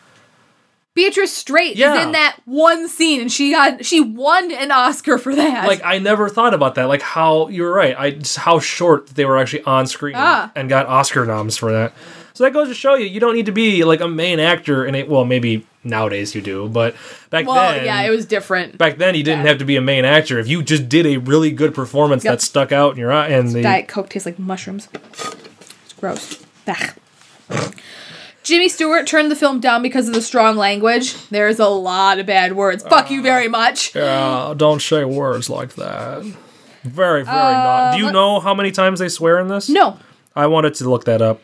Speaker 3: Beatrice Straight is
Speaker 2: Yeah.
Speaker 3: in that one scene, and she got she won an Oscar for that.
Speaker 2: Like I never thought about that. Like how you were right. I just how short they were actually on screen
Speaker 3: Ah.
Speaker 2: and got Oscar noms for that. So that goes to show you, you don't need to be like a main actor. And it well, maybe nowadays you do, but back
Speaker 3: well,
Speaker 2: then,
Speaker 3: yeah, it was different.
Speaker 2: back then you didn't
Speaker 3: Yeah.
Speaker 2: have to be a main actor if you just did a really good performance
Speaker 3: Yep.
Speaker 2: that stuck out in your eye and the
Speaker 3: Diet Coke tastes like mushrooms. It's gross. Bah. Jimmy Stewart turned the film down because of the strong language. There's a lot of bad words. Fuck you very much.
Speaker 2: Yeah, don't say words like that very very not do you
Speaker 3: let-
Speaker 2: know how many times they swear in this
Speaker 3: Uh, No.
Speaker 2: i wanted to look that up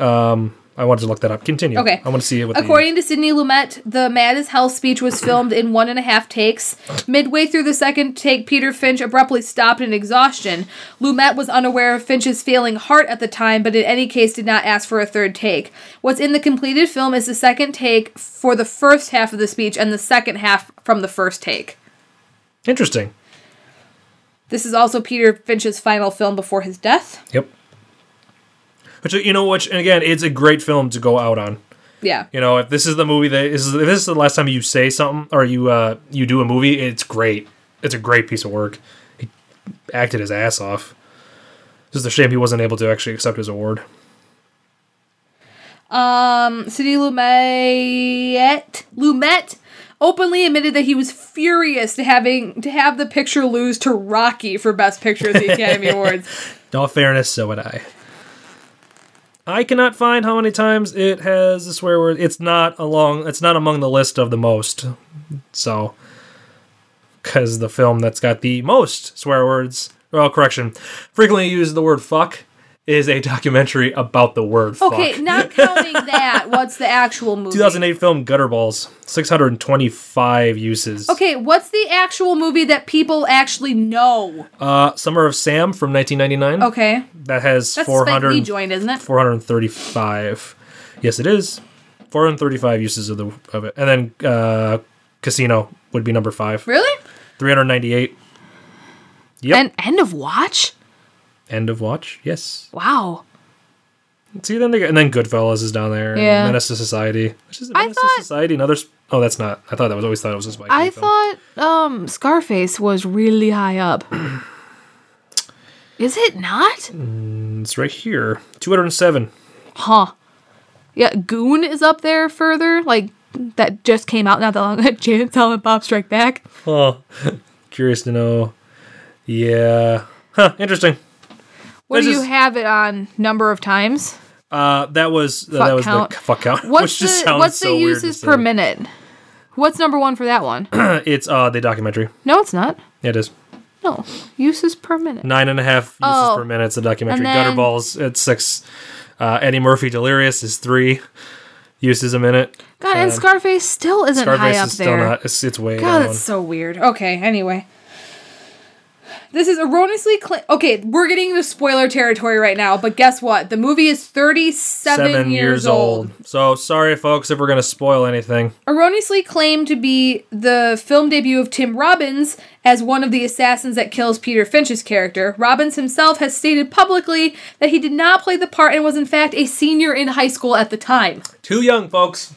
Speaker 2: um i wanted to look that up continue
Speaker 3: Okay.
Speaker 2: i want to see it with
Speaker 3: According to Sidney Lumet, the Mad as Hell speech was filmed in one and a half takes. Midway through the second take, Peter Finch abruptly stopped in exhaustion. Lumet was unaware of Finch's failing heart at the time, but in any case did not ask for a third take. What's in the completed film is the second take for the first half of the speech and the second half from the first take.
Speaker 2: the interesting
Speaker 3: This is also Peter Finch's final film before his death.
Speaker 2: Yep. Which you know, which and again, it's a great film to go out on.
Speaker 3: Yeah.
Speaker 2: You know, if this is the movie that is, if this is the last time you say something or you uh, you do a movie, it's great. It's a great piece of work. He acted his ass off. It's just a shame he wasn't able to actually accept his award.
Speaker 3: Um, Sidney Lumet, Lumet openly admitted that he was furious to having to have the picture lose to Rocky for Best Picture at the Academy Awards.
Speaker 2: In all fairness, so would I. I cannot find how many times it has a swear word. It's not along. It's not among the list of the most. So, because the film that's got the most swear words, well, correction, frequently used the word "fuck" is a documentary about the word
Speaker 3: Okay,
Speaker 2: "fuck."
Speaker 3: not counting that, what's the actual movie?
Speaker 2: 2008 film Gutterballs, 625 uses.
Speaker 3: Okay, what's the actual movie that people actually know?
Speaker 2: Uh, Summer of Sam from 1999.
Speaker 3: Okay,
Speaker 2: That has
Speaker 3: that's Spike
Speaker 2: 400.
Speaker 3: Lee joined, isn't it?
Speaker 2: 435. Yes, it is. 435 uses of the of it, and then uh, Casino would be number five.
Speaker 3: Really?
Speaker 2: 398. Yep.
Speaker 3: And end of watch?
Speaker 2: End of watch. Yes.
Speaker 3: Wow.
Speaker 2: See, then they get, and then Goodfellas is down there. and
Speaker 3: Yeah.
Speaker 2: Menace to Society. Which is
Speaker 3: I
Speaker 2: Menace
Speaker 3: thought-
Speaker 2: to Society. Another. Sp- oh, that's not. I thought that was always thought it was a Spike.
Speaker 4: I
Speaker 2: Lee film.
Speaker 4: thought um, Scarface was really high up. Is it not?
Speaker 2: it's right here. 207.
Speaker 4: Huh. Yeah, Goon is up there further. Like, that just came out not that long ago. Jay and Silent Bob Strike Back.
Speaker 2: Oh, curious to know. Yeah. Huh. Interesting.
Speaker 4: What
Speaker 2: This
Speaker 4: do you
Speaker 2: is-
Speaker 4: have it on number of times?
Speaker 2: Uh, that was that was
Speaker 4: count.
Speaker 2: the fuck out.
Speaker 4: What's
Speaker 2: which just
Speaker 4: the
Speaker 2: sounds
Speaker 4: what's
Speaker 2: so
Speaker 4: the
Speaker 2: weird to
Speaker 4: uses
Speaker 2: say.
Speaker 4: per minute? What's number one for that one?
Speaker 2: It's uh the documentary.
Speaker 4: no, it's not.
Speaker 2: It is
Speaker 4: No, uses per minute.
Speaker 2: nine and a half uses
Speaker 4: Oh.
Speaker 2: per minute. It's a
Speaker 4: And
Speaker 2: documentary.
Speaker 4: then-
Speaker 2: Gutterballs at six. Uh, Eddie Murphy Delirious is three uses a minute.
Speaker 4: God, and Scarface still isn't
Speaker 2: Scarface
Speaker 4: high up
Speaker 2: is still
Speaker 4: there.
Speaker 2: not. It's, it's way
Speaker 3: God,
Speaker 2: down.
Speaker 3: that's so weird. Okay, anyway. This is erroneously cla Okay, we're getting into spoiler territory right now, but guess what? The movie is 37 years, old.
Speaker 2: So sorry, folks, if we're gonna spoil anything.
Speaker 3: Erroneously claimed to be the film debut of Tim Robbins as one of the assassins that kills Peter Finch's character. Robbins himself has stated publicly that he did not play the part and was, in fact, a senior in high school at the time.
Speaker 2: Too young, folks.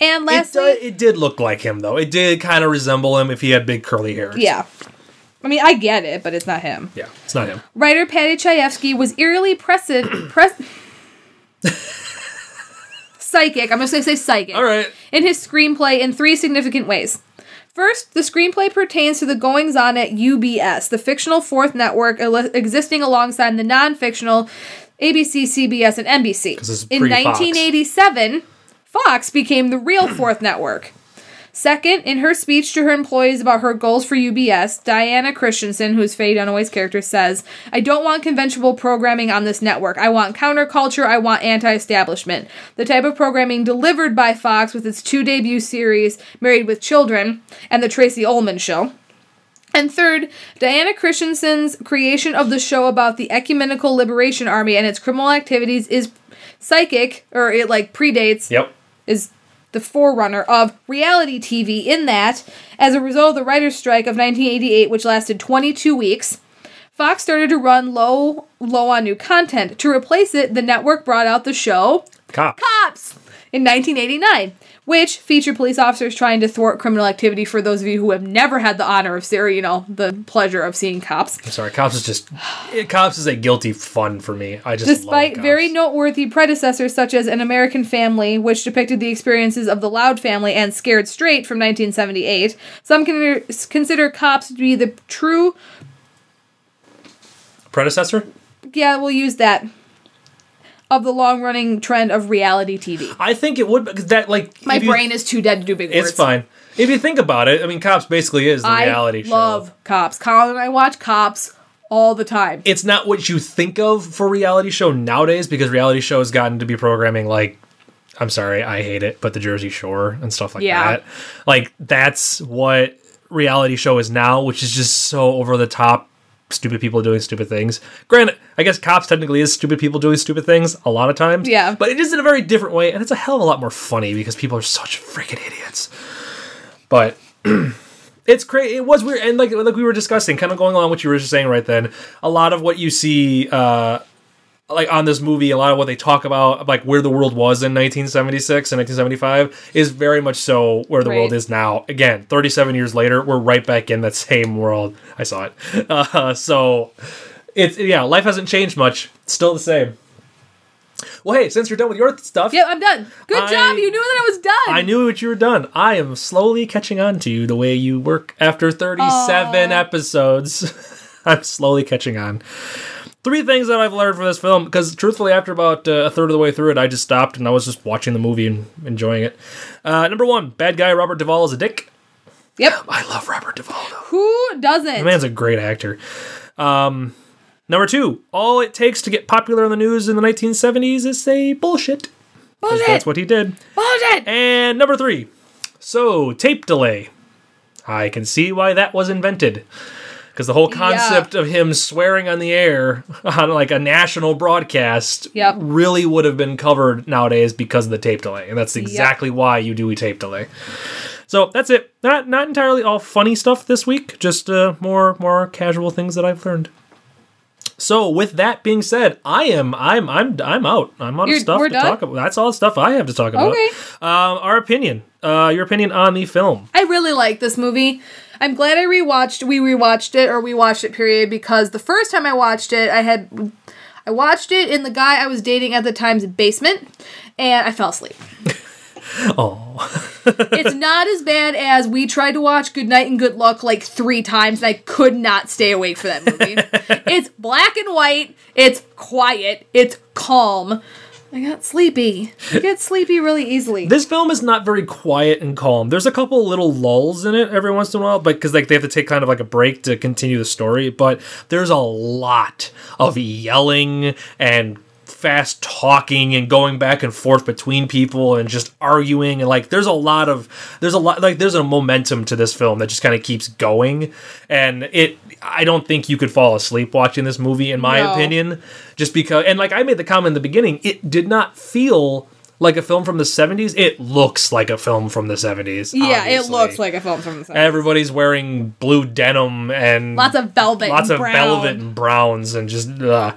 Speaker 3: And
Speaker 2: It,
Speaker 3: lastly.
Speaker 2: di- it did look like him though. It did kind of resemble him if he had big curly hair.
Speaker 3: yeah. I mean, I get it, but it's not him.
Speaker 2: Yeah, it's not him.
Speaker 3: Writer Patty Chayefsky was eerily prescient. pres- psychic. I'm just going to say psychic.
Speaker 2: All right.
Speaker 3: In his screenplay in three significant ways. First, the screenplay pertains to the goings on at UBS, the fictional fourth network ele- existing alongside the non fictional ABC, CBS, and NBC.
Speaker 2: this is
Speaker 3: in
Speaker 2: pre-Fox.
Speaker 3: 1987, Fox became the real fourth network. Second, in her speech to her employees about her goals for UBS, Diana Christensen, who's Faye Dunaway's character, says, I don't want conventional programming on this network. I want counterculture. I want anti establishment. The type of programming delivered by Fox with its two debut series, Married with Children, and The Tracy Ullman Show. And third, Diana Christensen's creation of the show about the Ecumenical Liberation Army and its criminal activities is psychic, or it like predates
Speaker 2: Yep.
Speaker 3: is the forerunner of reality TV in that, as a result of the writer's strike of 1988, which lasted 22 weeks, Fox started to run low, low on new content. To replace it, the network brought out the show
Speaker 2: Cop.
Speaker 3: Cops in 1989, which featured police officers trying to thwart criminal activity. For those of you who have never had the honor of, ser- you know, the pleasure of seeing Cops,
Speaker 2: I'm sorry. Cops is just. Cops is a guilty fun for me. I just. love
Speaker 3: Despite
Speaker 2: Cops.
Speaker 3: very noteworthy predecessors such as An American Family, which depicted the experiences of the Loud family and Scared Straight from 1978, some con- consider Cops to be the true.
Speaker 2: predecessor.
Speaker 3: Yeah, we'll use that. Of the long running trend of reality TV.
Speaker 2: I think it would because that like
Speaker 3: My
Speaker 2: if you-
Speaker 3: brain is too dead to do big words.
Speaker 2: It's fine. If you think about it, I mean, Cops basically is the
Speaker 3: I
Speaker 2: reality show.
Speaker 3: love Cops. Colin and I watch Cops all the time.
Speaker 2: It's not what you think of for reality show nowadays because reality show has gotten to be programming like, I'm sorry, I hate it, but the Jersey Shore and stuff like
Speaker 3: Yeah.
Speaker 2: that. Like that's what reality show is now, which is just so over the top. Stupid people doing stupid things. Granted, I guess cops technically is stupid people doing stupid things a lot of times.
Speaker 3: Yeah.
Speaker 2: But it is in a very different way, and it's a hell of a lot more funny because people are such freaking idiots. But it's crazy. It was weird, and like like we were discussing, kind of going along what you were just saying right then. A lot of what you see, uh, like on this movie, a lot of what they talk about, like where the world was in 1976 and 1975, is very much so where the world
Speaker 3: Right.
Speaker 2: is now. Again, 37 years later, we're right back in that same world. I saw it. Uh, so it's yeah, life hasn't changed much. It's still the same. Well, hey, since you're done with your stuff,
Speaker 3: Yep, I'm done. Good
Speaker 2: I-
Speaker 3: job. You knew that I was done.
Speaker 2: I knew what you were done. I am slowly catching on to you the way you work after 37 episodes. I'm slowly catching on. Three things that I've learned from this film, because truthfully, after about uh, a third of the way through it, I just stopped and I was just watching the movie and enjoying it. Uh, number one, bad guy Robert Duvall is a dick.
Speaker 3: Yep.
Speaker 2: I love Robert Duvall, though.
Speaker 3: Who doesn't?
Speaker 2: The man's a great actor. Um, number two, all it takes to get popular in the news in the 1970s is say bullshit. 'cause
Speaker 3: Bullshit.
Speaker 2: That's what he did.
Speaker 3: Bullshit.
Speaker 2: And number three. So, tape delay. I can see why that was invented. Because the whole concept of him swearing on the air on like a national broadcast
Speaker 3: Yep.
Speaker 2: really would have been covered nowadays because of the tape delay. And that's exactly why you do a tape delay. So that's it. Not not entirely all funny stuff this week, just uh, more more casual things that I've learned. So with that being said, I am I'm I'm I'm out. I'm out
Speaker 3: You're-
Speaker 2: of stuff
Speaker 3: we're
Speaker 2: to
Speaker 3: done?
Speaker 2: talk about. That's all the stuff I have to talk about.
Speaker 3: Okay.
Speaker 2: Um, our opinion, uh, your opinion on the film.
Speaker 3: I really like this movie. I'm glad I rewatched. We rewatched it, or we watched it. Period. Because the first time I watched it, I had, I watched it in the guy I was dating at the time's basement, and I fell asleep.
Speaker 2: Oh,
Speaker 3: it's not as bad as we tried to watch Good Night and Good Luck like three times, and I could not stay awake for that movie. it's black and white. It's quiet. It's calm. I got sleepy. I get sleepy really easily.
Speaker 2: this film is not very quiet and calm. There's a couple little lulls in it every once in a while, but because like they have to take kind of like a break to continue the story. But there's a lot of yelling and fast talking and going back and forth between people and just arguing and like there's a lot of there's a lot like there's a momentum to this film that just kind of keeps going and it I don't think you could fall asleep watching this movie in my
Speaker 3: No.
Speaker 2: opinion just because and like I made the comment in the beginning it did not feel like a film from the 70s it looks like a film from the 70s
Speaker 3: yeah, it
Speaker 2: obviously.
Speaker 3: looks like a film from the 70s.
Speaker 2: everybody's wearing blue denim and
Speaker 3: Lots of velvet.
Speaker 2: lots
Speaker 3: and
Speaker 2: of
Speaker 3: brown.
Speaker 2: velvet and browns and just uh,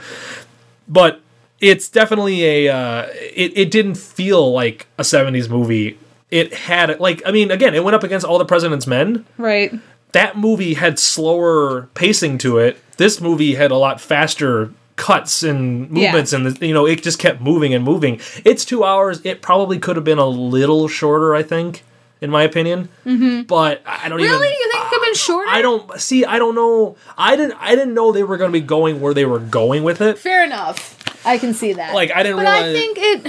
Speaker 2: but it's definitely a uh, it, it didn't feel like a 70s movie it had like i mean again it went up against all the president's men
Speaker 3: Right.
Speaker 2: that movie had slower pacing to it this movie had a lot faster cuts and
Speaker 3: Yeah.
Speaker 2: movements and you know it just kept moving and moving it's two hours it probably could have been a little shorter i think in my opinion mm-hmm. but i don't even
Speaker 3: Really? You think it could have been shorter?
Speaker 2: I don't see. I don't know. I didn't. I didn't know they were going to be going where they were going with it.
Speaker 3: Fair enough. I can see that.
Speaker 2: Like, I didn't
Speaker 3: But I
Speaker 2: realize-
Speaker 3: think it.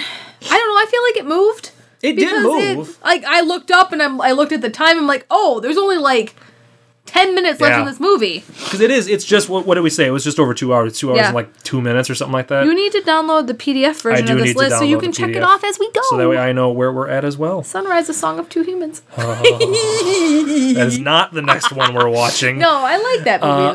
Speaker 3: I don't know. I feel like it moved.
Speaker 2: It did move.
Speaker 3: It, like I looked up and I'm, I looked at the time. I'm like, oh, there's only like ten minutes left
Speaker 2: Yeah.
Speaker 3: in this movie.
Speaker 2: because it is. It's just what, what did we say? It was just over two hours. Two hours
Speaker 3: Yeah.
Speaker 2: and like two minutes or something like that.
Speaker 3: You need to download the PDF version
Speaker 2: do
Speaker 3: of
Speaker 2: need
Speaker 3: this
Speaker 2: to
Speaker 3: list so you
Speaker 2: download
Speaker 3: can
Speaker 2: the
Speaker 3: check it
Speaker 2: PDF.
Speaker 3: off as we go.
Speaker 2: so that way I know where we're at as well.
Speaker 3: Sunrise, a song of two humans.
Speaker 2: That is not the next one we're watching.
Speaker 3: no, I like that movie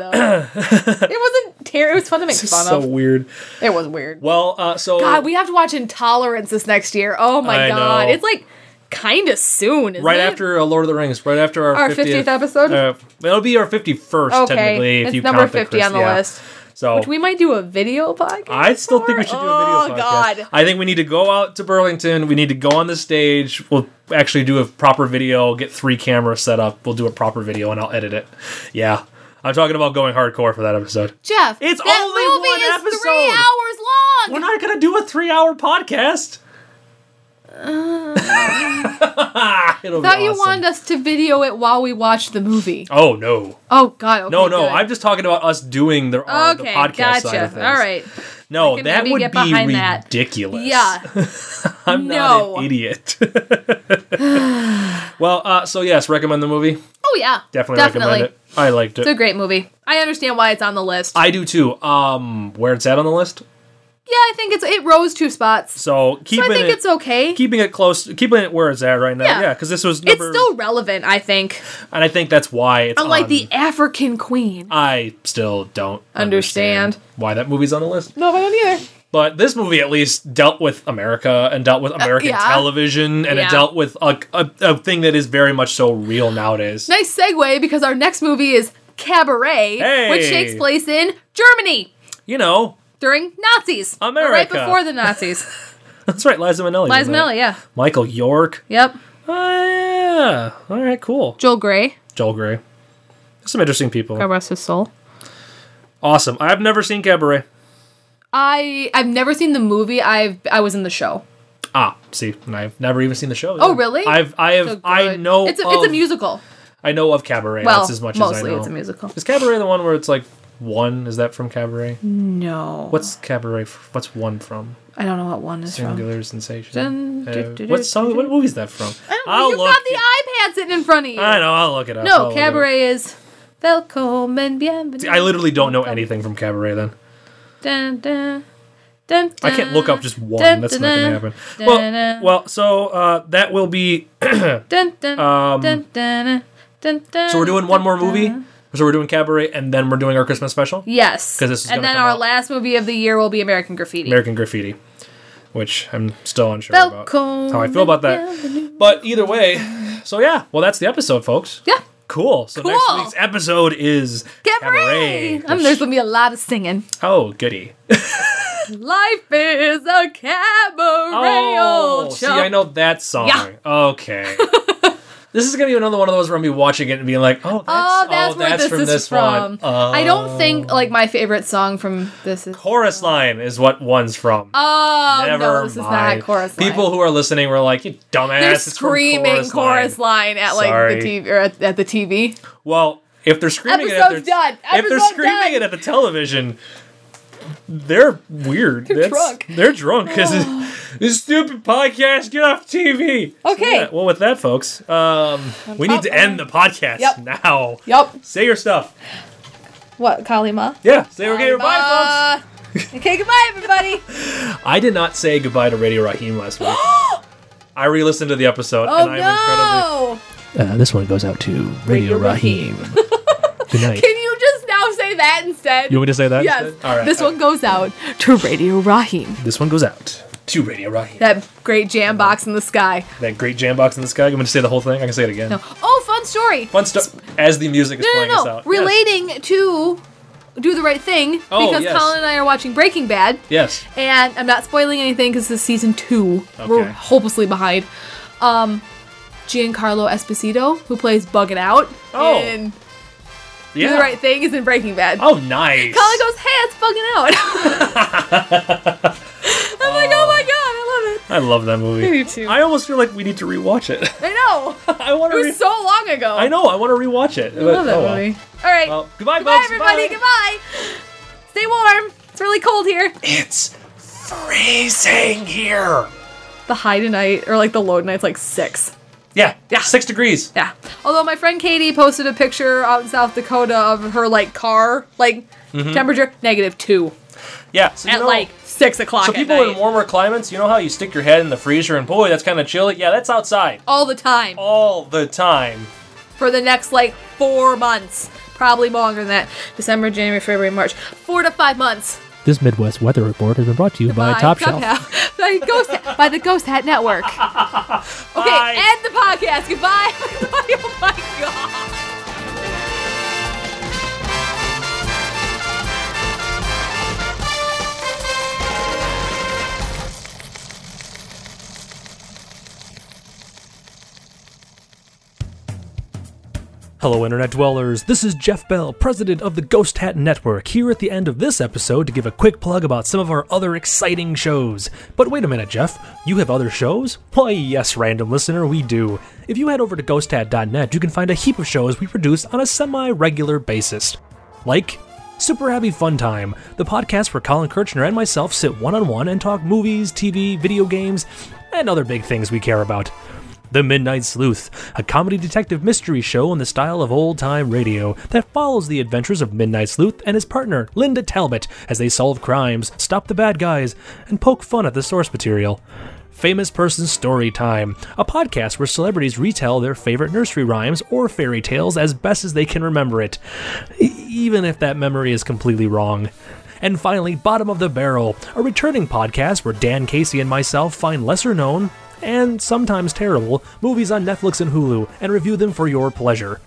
Speaker 3: though. it wasn't terrible. It was fun to make fun
Speaker 2: Uh, so
Speaker 3: of.
Speaker 2: weird.
Speaker 3: It was weird.
Speaker 2: Well, uh, so
Speaker 3: God, we have to watch Intolerance this next year. Oh my
Speaker 2: I
Speaker 3: god,
Speaker 2: know.
Speaker 3: it's like kind of soon. Isn't
Speaker 2: right
Speaker 3: it?
Speaker 2: after uh, Lord of the Rings, right after our
Speaker 3: Our 50th episode?
Speaker 2: uh, it'll be our fifty first technically
Speaker 3: Okay,
Speaker 2: if
Speaker 3: it's
Speaker 2: you
Speaker 3: number
Speaker 2: count the
Speaker 3: fifty
Speaker 2: Chris-
Speaker 3: on the
Speaker 2: yeah.
Speaker 3: list.
Speaker 2: So
Speaker 3: Which we might do a video podcast.
Speaker 2: I still think we should do a
Speaker 3: for?
Speaker 2: video
Speaker 3: Oh,
Speaker 2: podcast.
Speaker 3: God.
Speaker 2: I think we need to go out to Burlington. We need to go on the stage. We'll actually do a proper video. Get three cameras set up. We'll do a proper video, and I'll edit it. Yeah, I'm talking about going hardcore for that episode.
Speaker 3: Jeff,
Speaker 2: It's
Speaker 3: that
Speaker 2: only
Speaker 3: movie
Speaker 2: one
Speaker 3: is
Speaker 2: episode.
Speaker 3: three hours long.
Speaker 2: We're not gonna do a three-hour podcast.
Speaker 3: Um.
Speaker 2: It'll be
Speaker 4: Thought you
Speaker 2: awesome.
Speaker 4: wanted us to video it while we watched the movie.
Speaker 2: Oh no,
Speaker 4: Oh God. Okay,
Speaker 2: no, no!
Speaker 4: good.
Speaker 2: I'm just talking about us doing the, uh, the
Speaker 3: Okay,
Speaker 2: podcast side
Speaker 3: gotcha.
Speaker 2: of
Speaker 3: All
Speaker 2: things.
Speaker 3: right.
Speaker 2: no,
Speaker 3: can
Speaker 2: that
Speaker 3: maybe
Speaker 2: would
Speaker 3: get
Speaker 2: be
Speaker 3: behind that.
Speaker 2: ridiculous.
Speaker 3: Yeah.
Speaker 2: I'm
Speaker 3: No.
Speaker 2: not an idiot. well, uh, so yes, recommend the movie.
Speaker 3: Oh yeah.
Speaker 2: Definitely, recommend it. I liked
Speaker 3: It's a
Speaker 2: it.
Speaker 3: great movie. I understand why it's on the list.
Speaker 2: I do too. Um, where it's at on the list.
Speaker 3: yeah, I think it's it rose two spots.
Speaker 2: So
Speaker 3: So I
Speaker 2: keeping
Speaker 3: think
Speaker 2: it,
Speaker 3: it's okay.
Speaker 2: keeping it close, keeping it where it's at right now.
Speaker 3: Yeah.
Speaker 2: Yeah, because this was
Speaker 3: it's
Speaker 2: number,
Speaker 3: still relevant, I think.
Speaker 2: and I think that's why it's
Speaker 3: Unlike
Speaker 2: on. Uh,
Speaker 3: the African Queen.
Speaker 2: I still don't
Speaker 3: Understand.
Speaker 2: why that movie's on the list.
Speaker 3: No, I don't either.
Speaker 2: But this movie at least dealt with America and dealt with American
Speaker 3: Uh, yeah.
Speaker 2: television and
Speaker 3: Yeah.
Speaker 2: it dealt with a, a, a thing that is very much so real nowadays.
Speaker 3: Nice segue because our next movie is Cabaret, which
Speaker 2: Hey.
Speaker 3: takes place in Germany
Speaker 2: You know,
Speaker 3: during Nazis. Or Right
Speaker 2: America.
Speaker 3: before the Nazis.
Speaker 2: that's right, Liza Minnelli.
Speaker 3: Liza
Speaker 2: was in it.
Speaker 3: Minnelli, yeah.
Speaker 2: Michael York.
Speaker 3: Yep.
Speaker 2: Oh, yeah. All right, cool.
Speaker 3: Joel Gray,
Speaker 2: Joel Gray. Some interesting people.
Speaker 3: God rest his soul.
Speaker 2: Awesome. I've never seen Cabaret.
Speaker 3: I I've never seen the movie. I've I was in the show.
Speaker 2: Ah, see, and I've never even seen the show.
Speaker 3: Oh, really?
Speaker 2: I've, I have,
Speaker 3: So
Speaker 2: I
Speaker 3: good.
Speaker 2: know.
Speaker 3: it's a,
Speaker 2: of,
Speaker 3: it's a musical.
Speaker 2: I know of Cabaret.
Speaker 3: Well,
Speaker 2: that's as much as I
Speaker 3: mostly
Speaker 2: know.
Speaker 3: it's a musical.
Speaker 2: Is Cabaret the one where it's like one? Is that from Cabaret?
Speaker 3: No,
Speaker 2: What's Cabaret? f- What's one from?
Speaker 3: I don't know what one is from.
Speaker 2: Singular Sensation.
Speaker 3: Dun,
Speaker 2: Uh,
Speaker 3: du- du-
Speaker 2: what
Speaker 3: du-
Speaker 2: song? What movie is that from?
Speaker 3: I don't know. You've Oh, got the iPad sitting in front of you.
Speaker 2: I know. I'll look it up. I'll
Speaker 3: No,
Speaker 2: look it up.
Speaker 3: Cabaret is Velkommen bienvenido.
Speaker 2: I literally don't know anything from Cabaret. Then
Speaker 3: Dun, dun, dun,
Speaker 2: I can't look up just one. That's not gonna happen. Well, well. So uh, that will be. um, So we're doing one more movie. So we're doing Cabaret, and then we're doing our Christmas special.
Speaker 3: Yes.
Speaker 2: 'Cause this is
Speaker 3: and
Speaker 2: gonna
Speaker 3: then
Speaker 2: come
Speaker 3: our
Speaker 2: out.
Speaker 3: last movie of the year will be American Graffiti.
Speaker 2: American Graffiti, which I'm still unsure
Speaker 3: Welcome
Speaker 2: about how I feel about that. But either way, so yeah, well that's the episode, folks.
Speaker 3: yeah.
Speaker 2: Cool. So next
Speaker 3: Cool.
Speaker 2: week's episode is
Speaker 3: Cabaret. I mean,
Speaker 2: which-
Speaker 3: there's gonna be a lot of singing.
Speaker 2: oh, goody.
Speaker 3: Life is a cabaret,
Speaker 2: Oh,
Speaker 3: old
Speaker 2: see,
Speaker 3: chap.
Speaker 2: I know that song.
Speaker 3: Yeah.
Speaker 2: Okay. this is gonna be another one of those where I'm gonna be watching it and being like, oh, that's,
Speaker 3: Oh, that's
Speaker 2: oh,
Speaker 3: where
Speaker 2: that's
Speaker 3: this
Speaker 2: from
Speaker 3: is
Speaker 2: this
Speaker 3: from.
Speaker 2: one. Oh.
Speaker 3: I don't think like my favorite song from this is.
Speaker 2: chorus line is what one's from.
Speaker 3: Oh
Speaker 2: Never
Speaker 3: no, this is
Speaker 2: mind.
Speaker 3: not chorus. Line.
Speaker 2: People who are listening were like, you dumbass.
Speaker 3: they're
Speaker 2: it's from
Speaker 3: screaming chorus, line. at like
Speaker 2: Sorry.
Speaker 3: the TV or at, at the TV.
Speaker 2: Well, if they're screaming
Speaker 3: Episode's
Speaker 2: it at their,
Speaker 3: done.
Speaker 2: if they're
Speaker 3: Episode's
Speaker 2: screaming
Speaker 3: done.
Speaker 2: it at the television, they're weird. They're
Speaker 3: drunk.
Speaker 2: They're drunk because this stupid podcast. Get off TV. So,
Speaker 3: Okay.
Speaker 2: yeah, well, with that, folks, um, we need to end the podcast
Speaker 3: Yep.
Speaker 2: now.
Speaker 3: Yup.
Speaker 2: Say your stuff.
Speaker 3: What Kalima?
Speaker 2: Yeah. Say okay. Goodbye,
Speaker 3: folks. okay, goodbye, everybody.
Speaker 2: folks. I did not say goodbye to Radio Raheem last week.
Speaker 3: oh
Speaker 2: I re-listened to the episode, and I'm incredibly.
Speaker 3: no!
Speaker 2: Uh, this one goes out to
Speaker 3: Radio Raheem.
Speaker 2: Good night.
Speaker 3: Can you just now say that instead?
Speaker 2: You want me to say that?
Speaker 3: yes.
Speaker 2: instead? All right.
Speaker 3: This one goes out to Radio Rahim.
Speaker 2: This one goes out to Radio Raheem.
Speaker 3: That great jam box in the sky.
Speaker 2: that great jam box in the sky. I'm going to say the whole thing. I can say it again.
Speaker 3: No. Oh, fun story.
Speaker 2: Fun stuff. As the music is
Speaker 3: No,
Speaker 2: playing
Speaker 3: no,
Speaker 2: us
Speaker 3: no.
Speaker 2: out.
Speaker 3: Relating to Do the Right Thing
Speaker 2: Oh,
Speaker 3: because
Speaker 2: yes.
Speaker 3: Colin and I are watching Breaking Bad,
Speaker 2: Yes. yes.
Speaker 3: and I'm not spoiling anything because this is season two. We're
Speaker 2: Okay.
Speaker 3: hopelessly behind. Um, Giancarlo Esposito, who plays Bugging Out
Speaker 2: Oh,
Speaker 3: in
Speaker 2: Yeah.
Speaker 3: Do the Right Thing, is in Breaking Bad.
Speaker 2: Oh, nice.
Speaker 3: Colin goes, "Hey, it's Bugging Out." I'm like, "Oh my god, I love it."
Speaker 2: I love that movie.
Speaker 3: Me too.
Speaker 2: I almost feel like we need to rewatch it.
Speaker 3: I know.
Speaker 2: I want
Speaker 3: It
Speaker 2: to. Re-
Speaker 3: was so long ago.
Speaker 2: I know. I want to rewatch it. oh
Speaker 3: I love that movie. All right.
Speaker 2: Well, goodbye,
Speaker 3: Goodbye,
Speaker 2: folks.
Speaker 3: everybody.
Speaker 2: Bye.
Speaker 3: Goodbye. Stay warm. It's really cold here.
Speaker 2: It's freezing here.
Speaker 3: The high tonight, or like the low tonight's like six.
Speaker 2: Yeah. Yeah. Six degrees.
Speaker 3: Yeah. Although my friend Katie posted a picture out in South Dakota of her like car, like
Speaker 2: Mm-hmm.
Speaker 3: temperature negative two
Speaker 2: Yeah. So you
Speaker 3: at
Speaker 2: know-
Speaker 3: like six o'clock.
Speaker 2: So
Speaker 3: at
Speaker 2: people
Speaker 3: night.
Speaker 2: in warmer climates, you know how you stick your head in the freezer and boy, that's kind of chilly. Yeah, that's outside
Speaker 3: all the time
Speaker 2: all the time.
Speaker 3: for the next like four months, probably longer than that. December, January, February, March, four to five months.
Speaker 5: This Midwest weather report has been brought to you by, Top Shelf.
Speaker 3: Shelf. by, Ghost Hat, by the Ghost Hat Network. Okay,
Speaker 2: Bye.
Speaker 3: end the podcast. Goodbye, everybody. Oh my god.
Speaker 5: Hello, Internet Dwellers. This is Jeff Bell, president of the Ghost Hat Network, here at the end of this episode to give a quick plug about some of our other exciting shows. But wait a minute, Jeff. You have other shows? Why, yes, random listener, we do. If you head over to ghosthat.net, you can find a heap of shows we produce on a semi regular basis. Like Super Happy Fun Time, the podcast where Colin Kirchner and myself sit one on one and talk movies, TV, video games, and other big things we care about. The Midnight Sleuth, a comedy detective mystery show in the style of old time radio that follows the adventures of Midnight Sleuth and his partner, Linda Talbot, as they solve crimes, stop the bad guys, and poke fun at the source material. Famous Person Story Time, a podcast where celebrities retell their favorite nursery rhymes or fairy tales as best as they can remember it, e- even if that memory is completely wrong.
Speaker 2: And finally, Bottom of the Barrel, a returning podcast where Dan Casey and myself find lesser known, and sometimes terrible, movies on Netflix and Hulu and review them for your pleasure.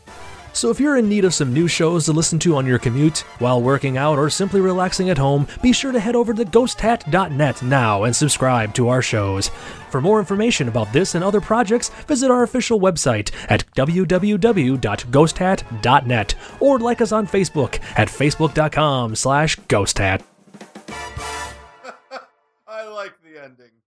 Speaker 2: So if you're in need of some new shows to listen to on your commute, while working out, or simply relaxing at home, be sure to head over to ghosthat.net now and subscribe to our shows. For more information about this and other projects, visit our official website at www.ghosthat.net or like us on Facebook at facebook.com slash ghosthat.
Speaker 1: I like the ending.